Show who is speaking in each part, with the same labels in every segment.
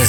Speaker 1: Ez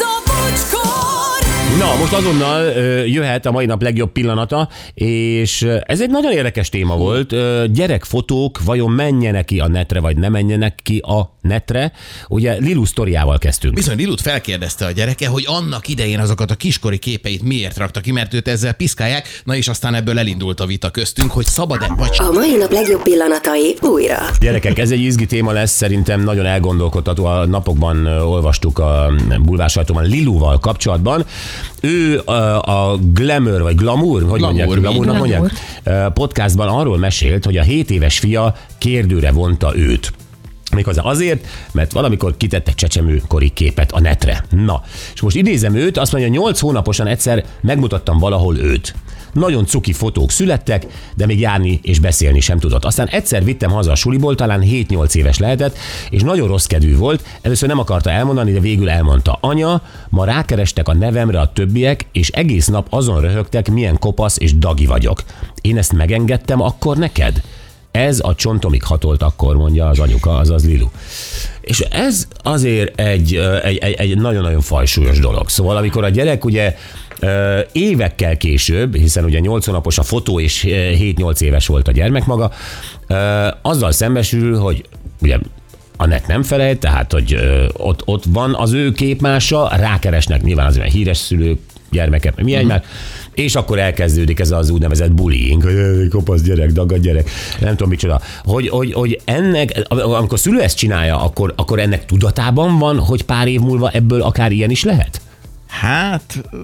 Speaker 2: a bocskor!
Speaker 3: Na, most azonnal ö, jöhet a mai nap legjobb pillanata, és ö, ez egy nagyon érdekes téma volt. Ö, gyerekfotók vajon menjenek ki a netre, vagy nem menjenek ki a netre? Ugye Lilu sztoriával kezdtünk.
Speaker 4: Bizony, Lilut felkérdezte a gyereke, hogy annak idején azokat a kiskori képeit miért rakta ki, mert őt ezzel piszkálják, na és aztán ebből elindult a vita köztünk, hogy szabad-e vagy sem.
Speaker 5: A mai nap legjobb pillanatai újra.
Speaker 3: Gyerekek, ez egy izgi téma lesz, szerintem nagyon elgondolkodható. A napokban ö, olvastuk a bulvár sajtóban Liluval kapcsolatban. Ő a, a Glamour, vagy Glamour, hogy
Speaker 4: Glamour,
Speaker 3: mondják?
Speaker 4: mi?
Speaker 3: Glamournak
Speaker 2: Glamour.
Speaker 3: mondják? Ö, Podcastban arról mesélt, hogy a 7 éves fia kérdőre vonta őt. Méghozzá azért, mert valamikor kitett egy csecsemőkori képet a netre. Na, és most idézem őt, azt mondja, 8 hónaposan egyszer megmutattam valahol őt. Nagyon cuki fotók születtek, de még járni és beszélni sem tudott. Aztán egyszer vittem haza a suliból, talán 7-8 éves lehetett, és nagyon rossz kedvű volt. Először nem akarta elmondani, de végül elmondta. Anya, ma rákerestek a nevemre a többiek, és egész nap azon röhögtek, milyen kopasz és dagi vagyok. Én ezt megengedtem akkor neked? Ez a csontomig hatolt akkor, mondja az anyuka, azaz Lilu. És ez azért egy, ö, egy, egy, egy nagyon-nagyon fajsúlyos dolog. Szóval amikor a gyerek ugye ö, évekkel később, hiszen ugye 8 hónapos a fotó, és ö, 7-8 éves volt a gyermek maga, ö, azzal szembesül, hogy ugye a net nem felejt, tehát hogy ö, ott, ott van az ő képmása, rákeresnek nyilván az olyan híres szülők, gyermeket, meg mi egymás, és akkor elkezdődik ez az úgynevezett bullying, hogy "Ö, kopasz gyerek, dagad gyerek, nem tudom micsoda. Hogy, hogy, hogy ennek, am- amikor a szülő ezt csinálja, akkor, akkor ennek tudatában van, hogy pár év múlva ebből akár ilyen is lehet?
Speaker 4: Hát ö,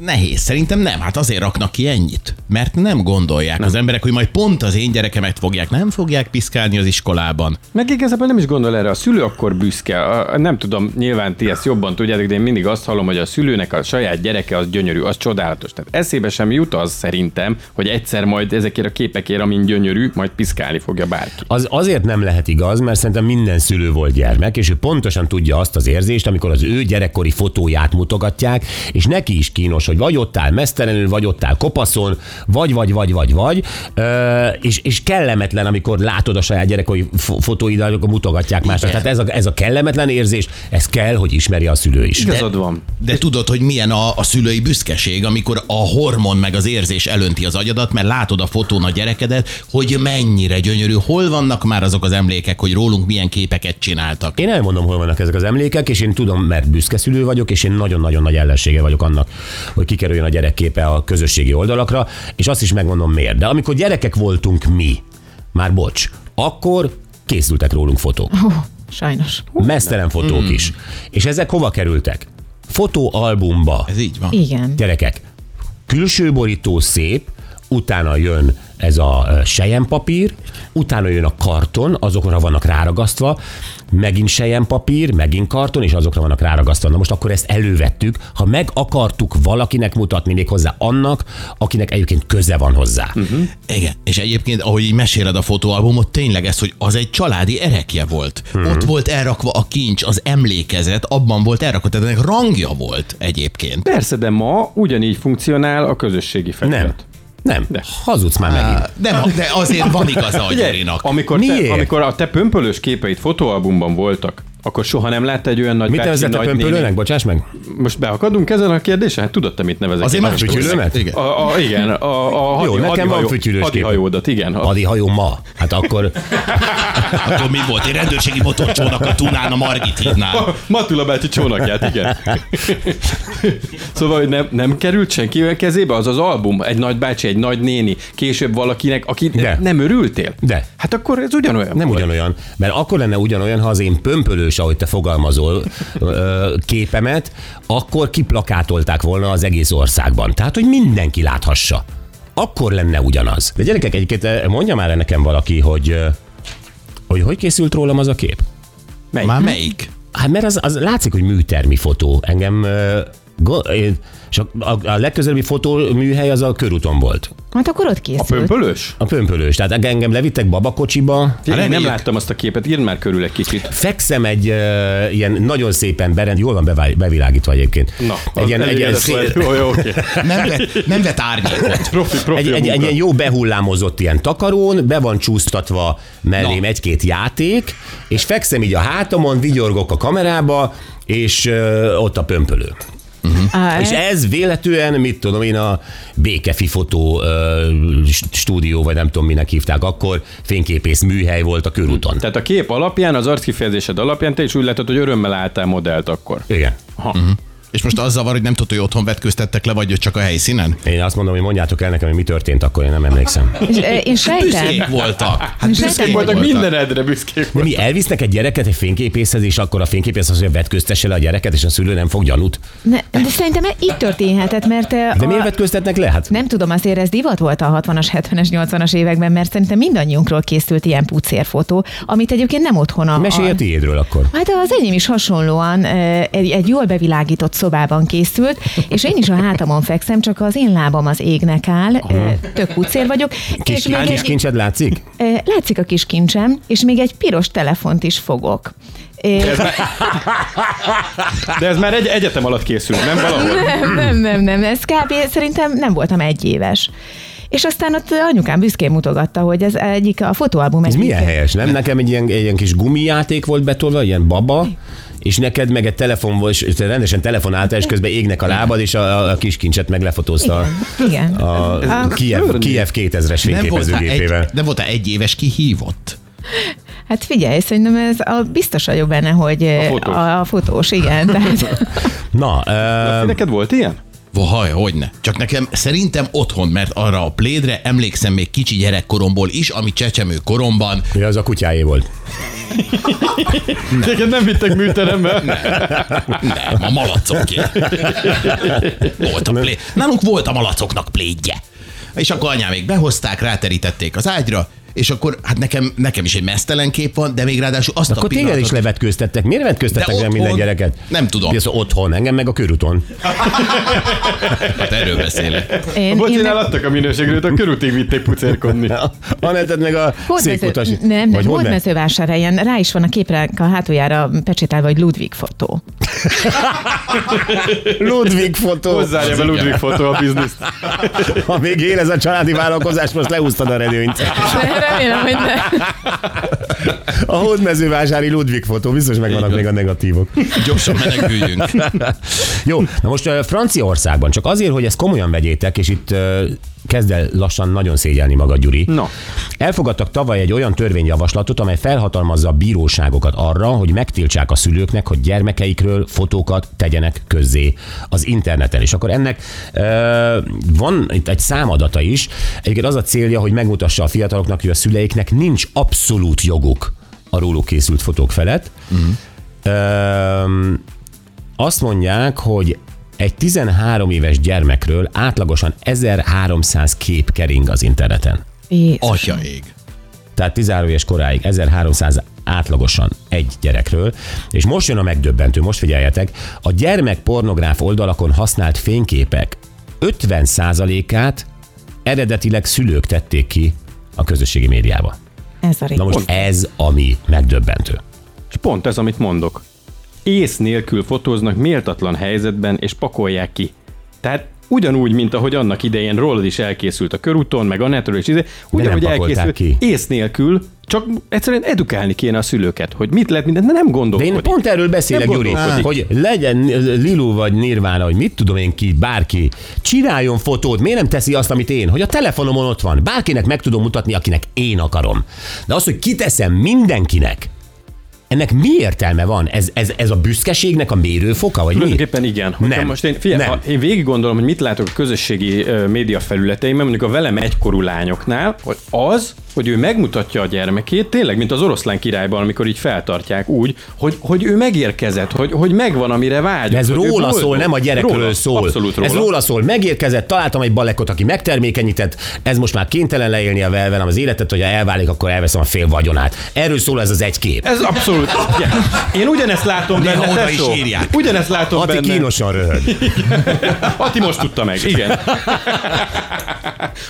Speaker 4: nehéz, szerintem nem. Hát azért raknak ki ennyit, mert nem gondolják nem. az emberek, hogy majd pont az én gyerekemet fogják, nem fogják piszkálni az iskolában.
Speaker 6: Meg igazából nem is gondol erre, a szülő akkor büszke. A, a- nem tudom, nyilván ti ezt jobban tudjátok, de én mindig azt hallom, hogy a szülőnek a saját gyereke az gyönyörű, az csodálatos. Tehát eszébe sem jut az szerintem, hogy egyszer majd ezekért a képekért, amin gyönyörű, majd piszkálni fogja bárki.
Speaker 3: Az azért nem lehet igaz, mert szerintem minden szülő volt gyermek, és ő pontosan tudja azt az érzést, amikor az ő gyerekkori fotóját mutogatják, és neki is kínos, hogy vagy ott áll mesztelenül, vagy ott áll kopaszon, vagy, vagy, vagy, vagy, vagy, Ö, és, és kellemetlen, amikor látod a saját gyerekkori fo- fotóidat, akkor mutogatják másnak. Tehát ez a, ez a kellemetlen érzés, ez kell, hogy ismeri a szülő is.
Speaker 6: Igazad van.
Speaker 4: De tudod, hogy milyen a, a szülői büszkeség, amikor a hormon meg az érzés elönti az agyadat, mert látod a fotón a gyerekedet, hogy mennyire gyönyörű, hol vannak már azok az emlékek, hogy rólunk milyen képeket csináltak.
Speaker 3: Én elmondom, hol vannak ezek az emlékek, és én tudom, mert büszke szülő vagyok, és én nagyon-nagyon nagy ellensége vagyok annak, hogy kikerüljön a gyerekképe a közösségi oldalakra, és azt is megmondom miért. De amikor gyerekek voltunk mi, már bocs, akkor készültek rólunk fotók.
Speaker 2: Sajnos.
Speaker 3: Mesztelen fotók is. És ezek hova kerültek? Fotóalbumba.
Speaker 4: Ez így van.
Speaker 2: Igen.
Speaker 3: Gyerekek, külső borító szép, utána jön ez a ö, sejempapír, utána jön a karton, azokra vannak ráragasztva, megint sejempapír, megint karton, és azokra vannak ráragasztva. Na most akkor ezt elővettük, ha meg akartuk valakinek mutatni még hozzá annak, akinek egyébként köze van hozzá.
Speaker 6: Mhm.
Speaker 3: Uh-huh.
Speaker 4: Igen, és egyébként, ahogy így meséled a fotóalbumot, tényleg ez, hogy az egy családi erekje volt. Hmm. Ott volt elrakva a kincs, az emlékezet, abban volt elrakva, tehát ennek rangja volt egyébként.
Speaker 6: Persze, de ma ugyanígy funkcionál a közösségi
Speaker 3: Nem.
Speaker 6: felület.
Speaker 3: Nem. Hazudsz már
Speaker 6: Hát,
Speaker 3: megint.
Speaker 4: De, de azért van igaza a Gyerinak.
Speaker 6: Amikor,
Speaker 3: Miért?
Speaker 6: te, amikor a te pömpölős képeid fotóalbumban voltak, akkor soha nem látta egy olyan nagy
Speaker 3: Mit
Speaker 6: bácsi,
Speaker 3: nevezett a
Speaker 6: nagy
Speaker 3: pömpölőnek?
Speaker 6: néni.
Speaker 3: Most meg?
Speaker 6: Most beakadunk ezen a kérdésen? Hát tudod te mit nevezek.
Speaker 4: Azért
Speaker 6: én
Speaker 4: más
Speaker 6: nagyon
Speaker 3: Fütyülőnek?
Speaker 4: korszak. Igen.
Speaker 6: A, a, igen, a, a
Speaker 3: Jó, nekem van
Speaker 6: hadihajó-
Speaker 3: fütyülős kép.
Speaker 6: hadihajódat, igen. A,
Speaker 3: Adi hajó ma. Hát akkor
Speaker 4: Hát, Akkor mi volt? Egy rendőrségi motorcsónak a Tunán, a Margit hídnál.
Speaker 6: a Matula bácsi csónakját, igen. szóval, hogy nem, nem került senki olyan kezébe, az az album, egy nagy bácsi, egy nagy néni, később valakinek, aki
Speaker 3: De.
Speaker 6: nem örültél?
Speaker 3: De.
Speaker 6: Hát akkor ez ugyanolyan
Speaker 3: Nem
Speaker 6: volt.
Speaker 3: ugyanolyan, mert akkor lenne ugyanolyan, ha az én pömpölős, ahogy te fogalmazol, ö, képemet, akkor kiplakátolták volna az egész országban. Tehát, hogy mindenki láthassa. Akkor lenne ugyanaz. De gyerekek, egyébként eh, mondja már nekem valaki, hogy ö, hogy, hogy készült rólam az a kép?
Speaker 6: Melyik?
Speaker 4: Már melyik?
Speaker 3: Hát mert az, az látszik, hogy műtermi fotó. Engem ö, Go- én- és a, a, a legközelebbi fotóműhely az a körúton volt.
Speaker 7: Hát akkor ott
Speaker 6: A
Speaker 7: készült.
Speaker 6: pömpölös?
Speaker 3: A pömpölős. Tehát engem levittek babakocsiba,
Speaker 6: Tényleg nem
Speaker 4: reméljük.
Speaker 6: láttam azt a képet, írd már körül egy kicsit.
Speaker 3: fekszem egy uh, ilyen nagyon szépen berend, jól van bevág, bevilágítva egyébként.
Speaker 6: Na,
Speaker 3: egy, ilyen, egy, ilyen, szé-
Speaker 6: egy, jó, jó, oké.
Speaker 4: Nem vett, nem vett árnyékot.
Speaker 6: Profi, profi
Speaker 3: egy, egy,
Speaker 6: a
Speaker 3: egy
Speaker 6: munka.
Speaker 3: ilyen jó behullámozott ilyen takarón, be van csúsztatva mellém
Speaker 4: Na.
Speaker 3: egy-két játék, és fekszem így a hátamon, vigyorgok a kamerába, és uh, ott a pömpölő.
Speaker 7: Á,
Speaker 3: És ez véletően, mit tudom én, a Békefi fotó ö, st- stúdió, vagy nem tudom minek hívták akkor, fényképész műhely volt a körúton.
Speaker 6: Tehát a kép alapján, az arckifejezésed alapján te is úgy látod, hogy örömmel álltál modellt akkor.
Speaker 3: Igen.
Speaker 4: És most az zavar, hogy nem tudod, hogy otthon vetköztettek le, vagy hogy csak a helyszínen?
Speaker 3: Én azt mondom, hogy mondjátok el nekem, hogy mi történt akkor, én nem emlékszem.
Speaker 7: és, ö, én
Speaker 4: Büszkék
Speaker 7: sejtem.
Speaker 4: voltak. Hát
Speaker 7: Sejtem.
Speaker 4: büszkék
Speaker 6: Voltak
Speaker 4: voltak.
Speaker 6: mindenedre büszkék.
Speaker 3: De mi elvisznek egy gyereket egy fényképészhez, és akkor a fényképész azt mondja, vetköztesse le a gyereket, és a szülő nem fog gyanút.
Speaker 7: Ne, de szerintem így történhetett, mert ö,
Speaker 3: De
Speaker 7: a,
Speaker 3: miért vetköztetnek le? Hát
Speaker 7: nem tudom, azért ez divat volt a 60-as, 70-es, 80-as években, mert szerintem mindannyiunkról készült ilyen pucérfotó, amit egyébként nem otthon a...
Speaker 3: mesélj a
Speaker 7: a-
Speaker 3: tiédről akkor.
Speaker 7: Hát az enyém is hasonlóan ö, egy, egy jól bevilágított szobában készült, és én is a hátamon fekszem, csak az én lábam az égnek áll, ö, tök pucér vagyok.
Speaker 3: Kis,
Speaker 7: és még
Speaker 3: kis
Speaker 7: egy,
Speaker 3: kincsed látszik?
Speaker 7: ö, látszik a kis kincsem, és még egy piros telefont is fogok. Ö,
Speaker 6: De ez már egy egyetem alatt készült, nem valahol?
Speaker 7: Nem, nem, nem, nem, ez kb. szerintem nem voltam egy éves. És aztán ott anyukám büszkén mutogatta, hogy ez egyik a fotóalbum.
Speaker 3: Ez
Speaker 7: egyik-
Speaker 3: milyen helyes, nem? Nekem egy ilyen, egy ilyen kis gumijáték volt betolva, ilyen baba, és neked meg egy telefon volt, és te rendesen telefonáltál, és közben égnek a lábad, és a, a kis kincset meglefotózta
Speaker 7: Igen.
Speaker 3: a, a Kiev, Kiev 2000-es
Speaker 4: Nem voltál, egy,
Speaker 3: fényképezőgépével.
Speaker 4: nem voltál egy éves kihívott.
Speaker 7: Hát figyelj, szerintem ez a, biztos vagyok benne, hogy a
Speaker 6: fotós.
Speaker 7: A, a fotós igen. hát Tehát,
Speaker 3: Na, ö,
Speaker 6: Neked volt ilyen?
Speaker 4: Vahaj, hogyne. Csak nekem szerintem otthon, mert arra a plédre emlékszem még kicsi gyerekkoromból is, ami csecsemő koromban.
Speaker 3: ja, az a kutyáé volt.
Speaker 6: Neked nem vittek műterembe?
Speaker 4: Nem, a malacoké. Volt a plé... Nálunk volt a malacoknak plédje. És akkor anyám még behozták, ráterítették az ágyra, és akkor hát nekem, nekem is egy mesztelen kép van, de még ráadásul azt a
Speaker 3: Akkor téged is
Speaker 4: pillanatot...
Speaker 3: levetkőztettek. Miért vetkőztettek le
Speaker 4: De
Speaker 3: minden
Speaker 4: otthon-
Speaker 3: gyereket?
Speaker 4: nem tudom.
Speaker 3: Ez otthon, engem meg a körúton.
Speaker 4: Hát erről beszélek.
Speaker 7: én, én
Speaker 6: Bocsinál,
Speaker 7: meg,
Speaker 6: adtak a minőségről, a körútig vitték pucérkodni.
Speaker 3: Anetted meg a székutas.
Speaker 7: hódmező, nem, nem, hódmezővásárhelyen rá is van a képre a hátuljára pecsételve, hogy Ludwig fotó.
Speaker 3: Ludwig fotó.
Speaker 6: Hozzárja be Ludwig fotó a bizniszt.
Speaker 3: Ha még él ez a családi vállalkozás, most leúztad a redőnyt.
Speaker 7: Remélem, hogy nem.
Speaker 3: A hódmezővásári Ludwig fotó, biztos megvannak még a negatívok.
Speaker 4: Gyorsan meneküljünk.
Speaker 3: Jó, na most ö, Franciaországban, csak azért, hogy ezt komolyan vegyétek, és itt ö, kezd el lassan nagyon szégyelni magad, Gyuri.
Speaker 6: No.
Speaker 3: Elfogadtak tavaly egy olyan törvényjavaslatot, amely felhatalmazza a bíróságokat arra, hogy megtiltsák a szülőknek, hogy gyermekeikről fotókat tegyenek közzé az interneten. És akkor ennek ö, van itt egy számadata is. Egyébként az a célja, hogy megmutassa a fiataloknak, hogy a szüleiknek nincs abszolút joguk a róluk készült fotók felett. Öm, azt mondják, hogy egy 13 éves gyermekről átlagosan 1300 kép kering az interneten.
Speaker 7: Jézus.
Speaker 4: Atya ég.
Speaker 3: Tehát 13 éves koráig 1300 átlagosan egy gyerekről. És most jön a megdöbbentő, most figyeljetek, a gyermekpornográf oldalakon használt fényképek 50%-át eredetileg szülők tették ki a közösségi médiába.
Speaker 7: Ez a
Speaker 3: Na
Speaker 7: rit.
Speaker 3: most ez, ami megdöbbentő.
Speaker 6: És pont ez, amit mondok. Ész nélkül fotóznak méltatlan helyzetben, és pakolják ki. Tehát ugyanúgy, mint ahogy annak idején rólad is elkészült a körúton, meg a netről is, ide, ugyanúgy
Speaker 3: pakolták
Speaker 6: elkészült
Speaker 3: ki.
Speaker 6: ész nélkül, csak egyszerűen edukálni kéne a szülőket, hogy mit lehet mindent, de nem
Speaker 3: De
Speaker 6: gondolkodik.
Speaker 3: én pont erről beszélek,
Speaker 6: Nem
Speaker 3: Gyuri,
Speaker 6: gondolkodik.
Speaker 3: hogy legyen Lilu vagy Nirvana, hogy mit tudom én ki, bárki, csináljon fotót, miért nem teszi azt, amit én, hogy a telefonomon ott van, bárkinek meg tudom mutatni, akinek én akarom. De az, hogy kiteszem mindenkinek, ennek mi értelme van? Ez, ez, ez a büszkeségnek a mérőfoka, vagy mi?
Speaker 6: Tulajdonképpen igen. Hogyha
Speaker 3: Nem.
Speaker 6: Most én, figyelj,
Speaker 3: nem.
Speaker 6: Ha én végig gondolom, hogy mit látok a közösségi ö, média felületeimben, mondjuk a velem egykorú lányoknál, hogy az, hogy ő megmutatja a gyermekét, tényleg, mint az oroszlán királyban, amikor így feltartják úgy, hogy, hogy ő megérkezett, hogy, hogy megvan, amire vágyik.
Speaker 3: De ez
Speaker 6: hogy ő
Speaker 3: róla
Speaker 6: boldog.
Speaker 3: szól, nem a gyerekről
Speaker 6: Róla,
Speaker 3: szól.
Speaker 6: Abszolút róla.
Speaker 3: Ez róla szól. Megérkezett, találtam egy balekot, aki megtermékenyített, ez most már kénytelen leélni a velem az életet, hogyha elválik, akkor elveszem a fél vagyonát. Erről szól ez az egy kép.
Speaker 6: Ez abszolút Abszolút. Igen. Én ugyanezt látom
Speaker 4: Néha
Speaker 6: benne,
Speaker 4: oda
Speaker 6: tesó.
Speaker 4: is írják.
Speaker 6: Ugyanezt látom
Speaker 3: Ati
Speaker 6: benne.
Speaker 3: kínosan röhög.
Speaker 6: Ati most tudta meg, igen.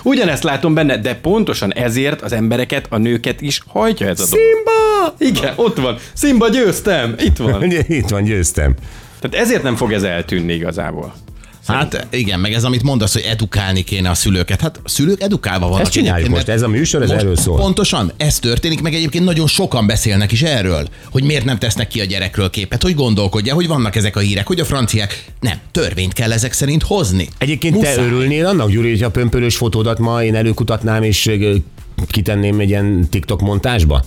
Speaker 6: Ugyanezt látom benne, de pontosan ezért az embereket, a nőket is hajtja ez a dolog. Simba! Igen, ott van. Simba, győztem! Itt van.
Speaker 3: Itt van, győztem.
Speaker 6: Tehát ezért nem fog ez eltűnni igazából.
Speaker 4: Hát igen, meg ez, amit mondasz, hogy edukálni kéne a szülőket. Hát a szülők edukálva vannak.
Speaker 3: Ezt csináljuk
Speaker 4: egyébként,
Speaker 3: most,
Speaker 4: mert
Speaker 3: ez a műsor, ez
Speaker 4: most
Speaker 3: erről szól.
Speaker 4: Pontosan, ez történik, meg egyébként nagyon sokan beszélnek is erről, hogy miért nem tesznek ki a gyerekről képet, hogy gondolkodja, hogy vannak ezek a hírek, hogy a franciák. Nem, törvényt kell ezek szerint hozni.
Speaker 3: Egyébként Muszáj. te
Speaker 4: Muszáj.
Speaker 3: örülnél annak, Gyuri, hogy a pömpölős fotódat ma én előkutatnám, és ö, kitenném egy ilyen TikTok montásba?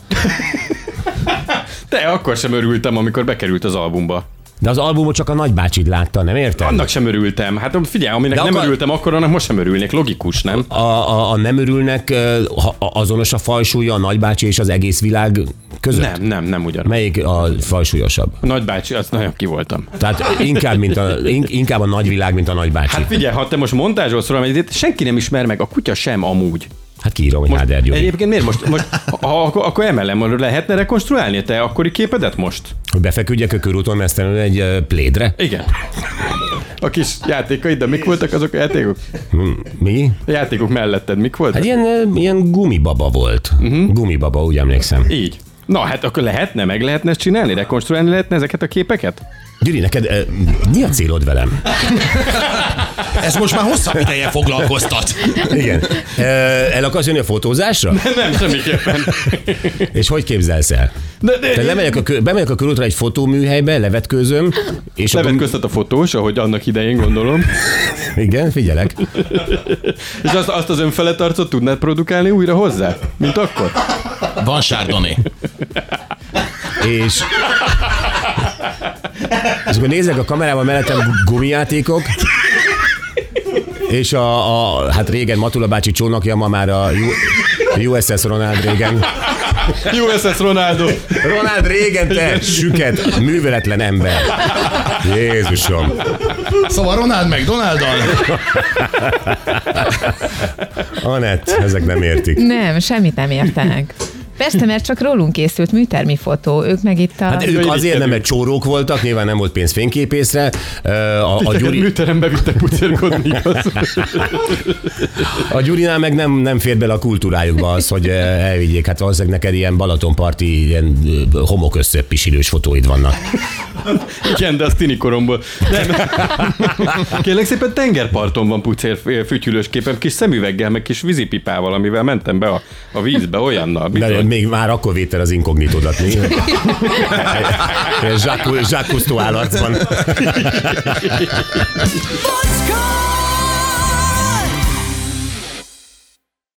Speaker 6: De akkor sem örültem, amikor bekerült az albumba.
Speaker 3: De az albumot csak a nagybácsid látta, nem érted?
Speaker 6: Annak sem örültem. Hát figyelj, aminek
Speaker 3: De
Speaker 6: nem
Speaker 3: akar-
Speaker 6: örültem akkor, annak most sem örülnék. Logikus, nem?
Speaker 3: A, a, a nem örülnek ö, ha- a- azonos a fajsúlya a nagybácsi és az egész világ között?
Speaker 6: Nem, nem, nem ugyanaz.
Speaker 3: Melyik a fajsúlyosabb?
Speaker 6: A nagybácsi, azt nagyon ki voltam.
Speaker 3: Tehát inkább, mint a, in- inkább a nagyvilág, mint a nagybácsi.
Speaker 6: Hát figyelj, ha te most montázsolsz rólam, egyet, senki nem ismer meg, a kutya sem amúgy.
Speaker 3: Hát kiírom, hogy
Speaker 6: Most,
Speaker 3: Háder Gyuri,
Speaker 6: egyébként miért most? most ha, akkor, akkor emelem, hogy lehetne rekonstruálni a te akkori képedet most?
Speaker 3: hogy befeküdjek a körúton mesztelenül egy ö, plédre.
Speaker 6: Igen. A kis játékaid, de mik voltak azok a játékok?
Speaker 3: Mi?
Speaker 6: A játékok melletted mik voltak?
Speaker 3: Hát ilyen, ö, ilyen gumibaba volt. Uh-huh. Gumibaba, úgy emlékszem.
Speaker 6: Így. Na, hát akkor lehetne, meg lehetne ezt csinálni, rekonstruálni lehetne ezeket a képeket?
Speaker 3: Gyuri, neked ö, mi a célod velem?
Speaker 4: Ez most már hosszabb ideje foglalkoztat.
Speaker 3: Igen. Ö, El akarsz jönni a fotózásra?
Speaker 6: Nem, semmiképpen.
Speaker 3: És hogy képzelsz el?
Speaker 6: De, de,
Speaker 3: Te lemegyek a, kö- bemegyek a körútra egy fotóműhelybe, levetkőzöm, és
Speaker 6: Levetköztet a fotós, ahogy annak idején gondolom.
Speaker 3: akkor... Igen, figyelek.
Speaker 6: És azt, azt az önfelett arcot tudnád produkálni újra hozzá? Mint akkor?
Speaker 4: Van Sárdoné.
Speaker 3: És... És akkor nézek a kamerában mellettem gu- gumijátékok, és a, a, hát régen Matula bácsi csónakja, ma már a U- USS Ronald régen.
Speaker 6: Jó SS Ronaldo!
Speaker 3: Ronald régen, te süket, műveletlen ember. Jézusom.
Speaker 4: Szóval Ronald meg Donaldal.
Speaker 3: Anett, ezek nem értik. Hát
Speaker 7: Nem, semmit nem értenek. Persze, mert csak rólunk készült műtermi fotó, ők meg itt a...
Speaker 3: Hát ők azért nem, mert csórók voltak, nyilván nem volt pénz fényképészre. Ö, A, a,
Speaker 6: Gyuri...
Speaker 3: Gyuri,
Speaker 6: Műterembe vittek pucérkodni, igaz?
Speaker 3: a Gyurinál meg nem, nem fér bele a kultúrájukba az, hogy ö, elvigyék. Hát valószínűleg neked ilyen Balatonparti, ilyen ö, homokösszöppisilős fotóid vannak.
Speaker 6: Igen, de az tini koromból. Nem. Kérlek szépen tengerparton van pucér fütyülős képem, kis szemüveggel, meg kis vízipipával, amivel mentem be a, a vízbe, olyannal. Mit
Speaker 3: De
Speaker 6: tudom.
Speaker 3: még már akkor védted az inkognitódat, mi? Ilyen Jacques Jacques Cousteau állatban.
Speaker 2: Bocskor!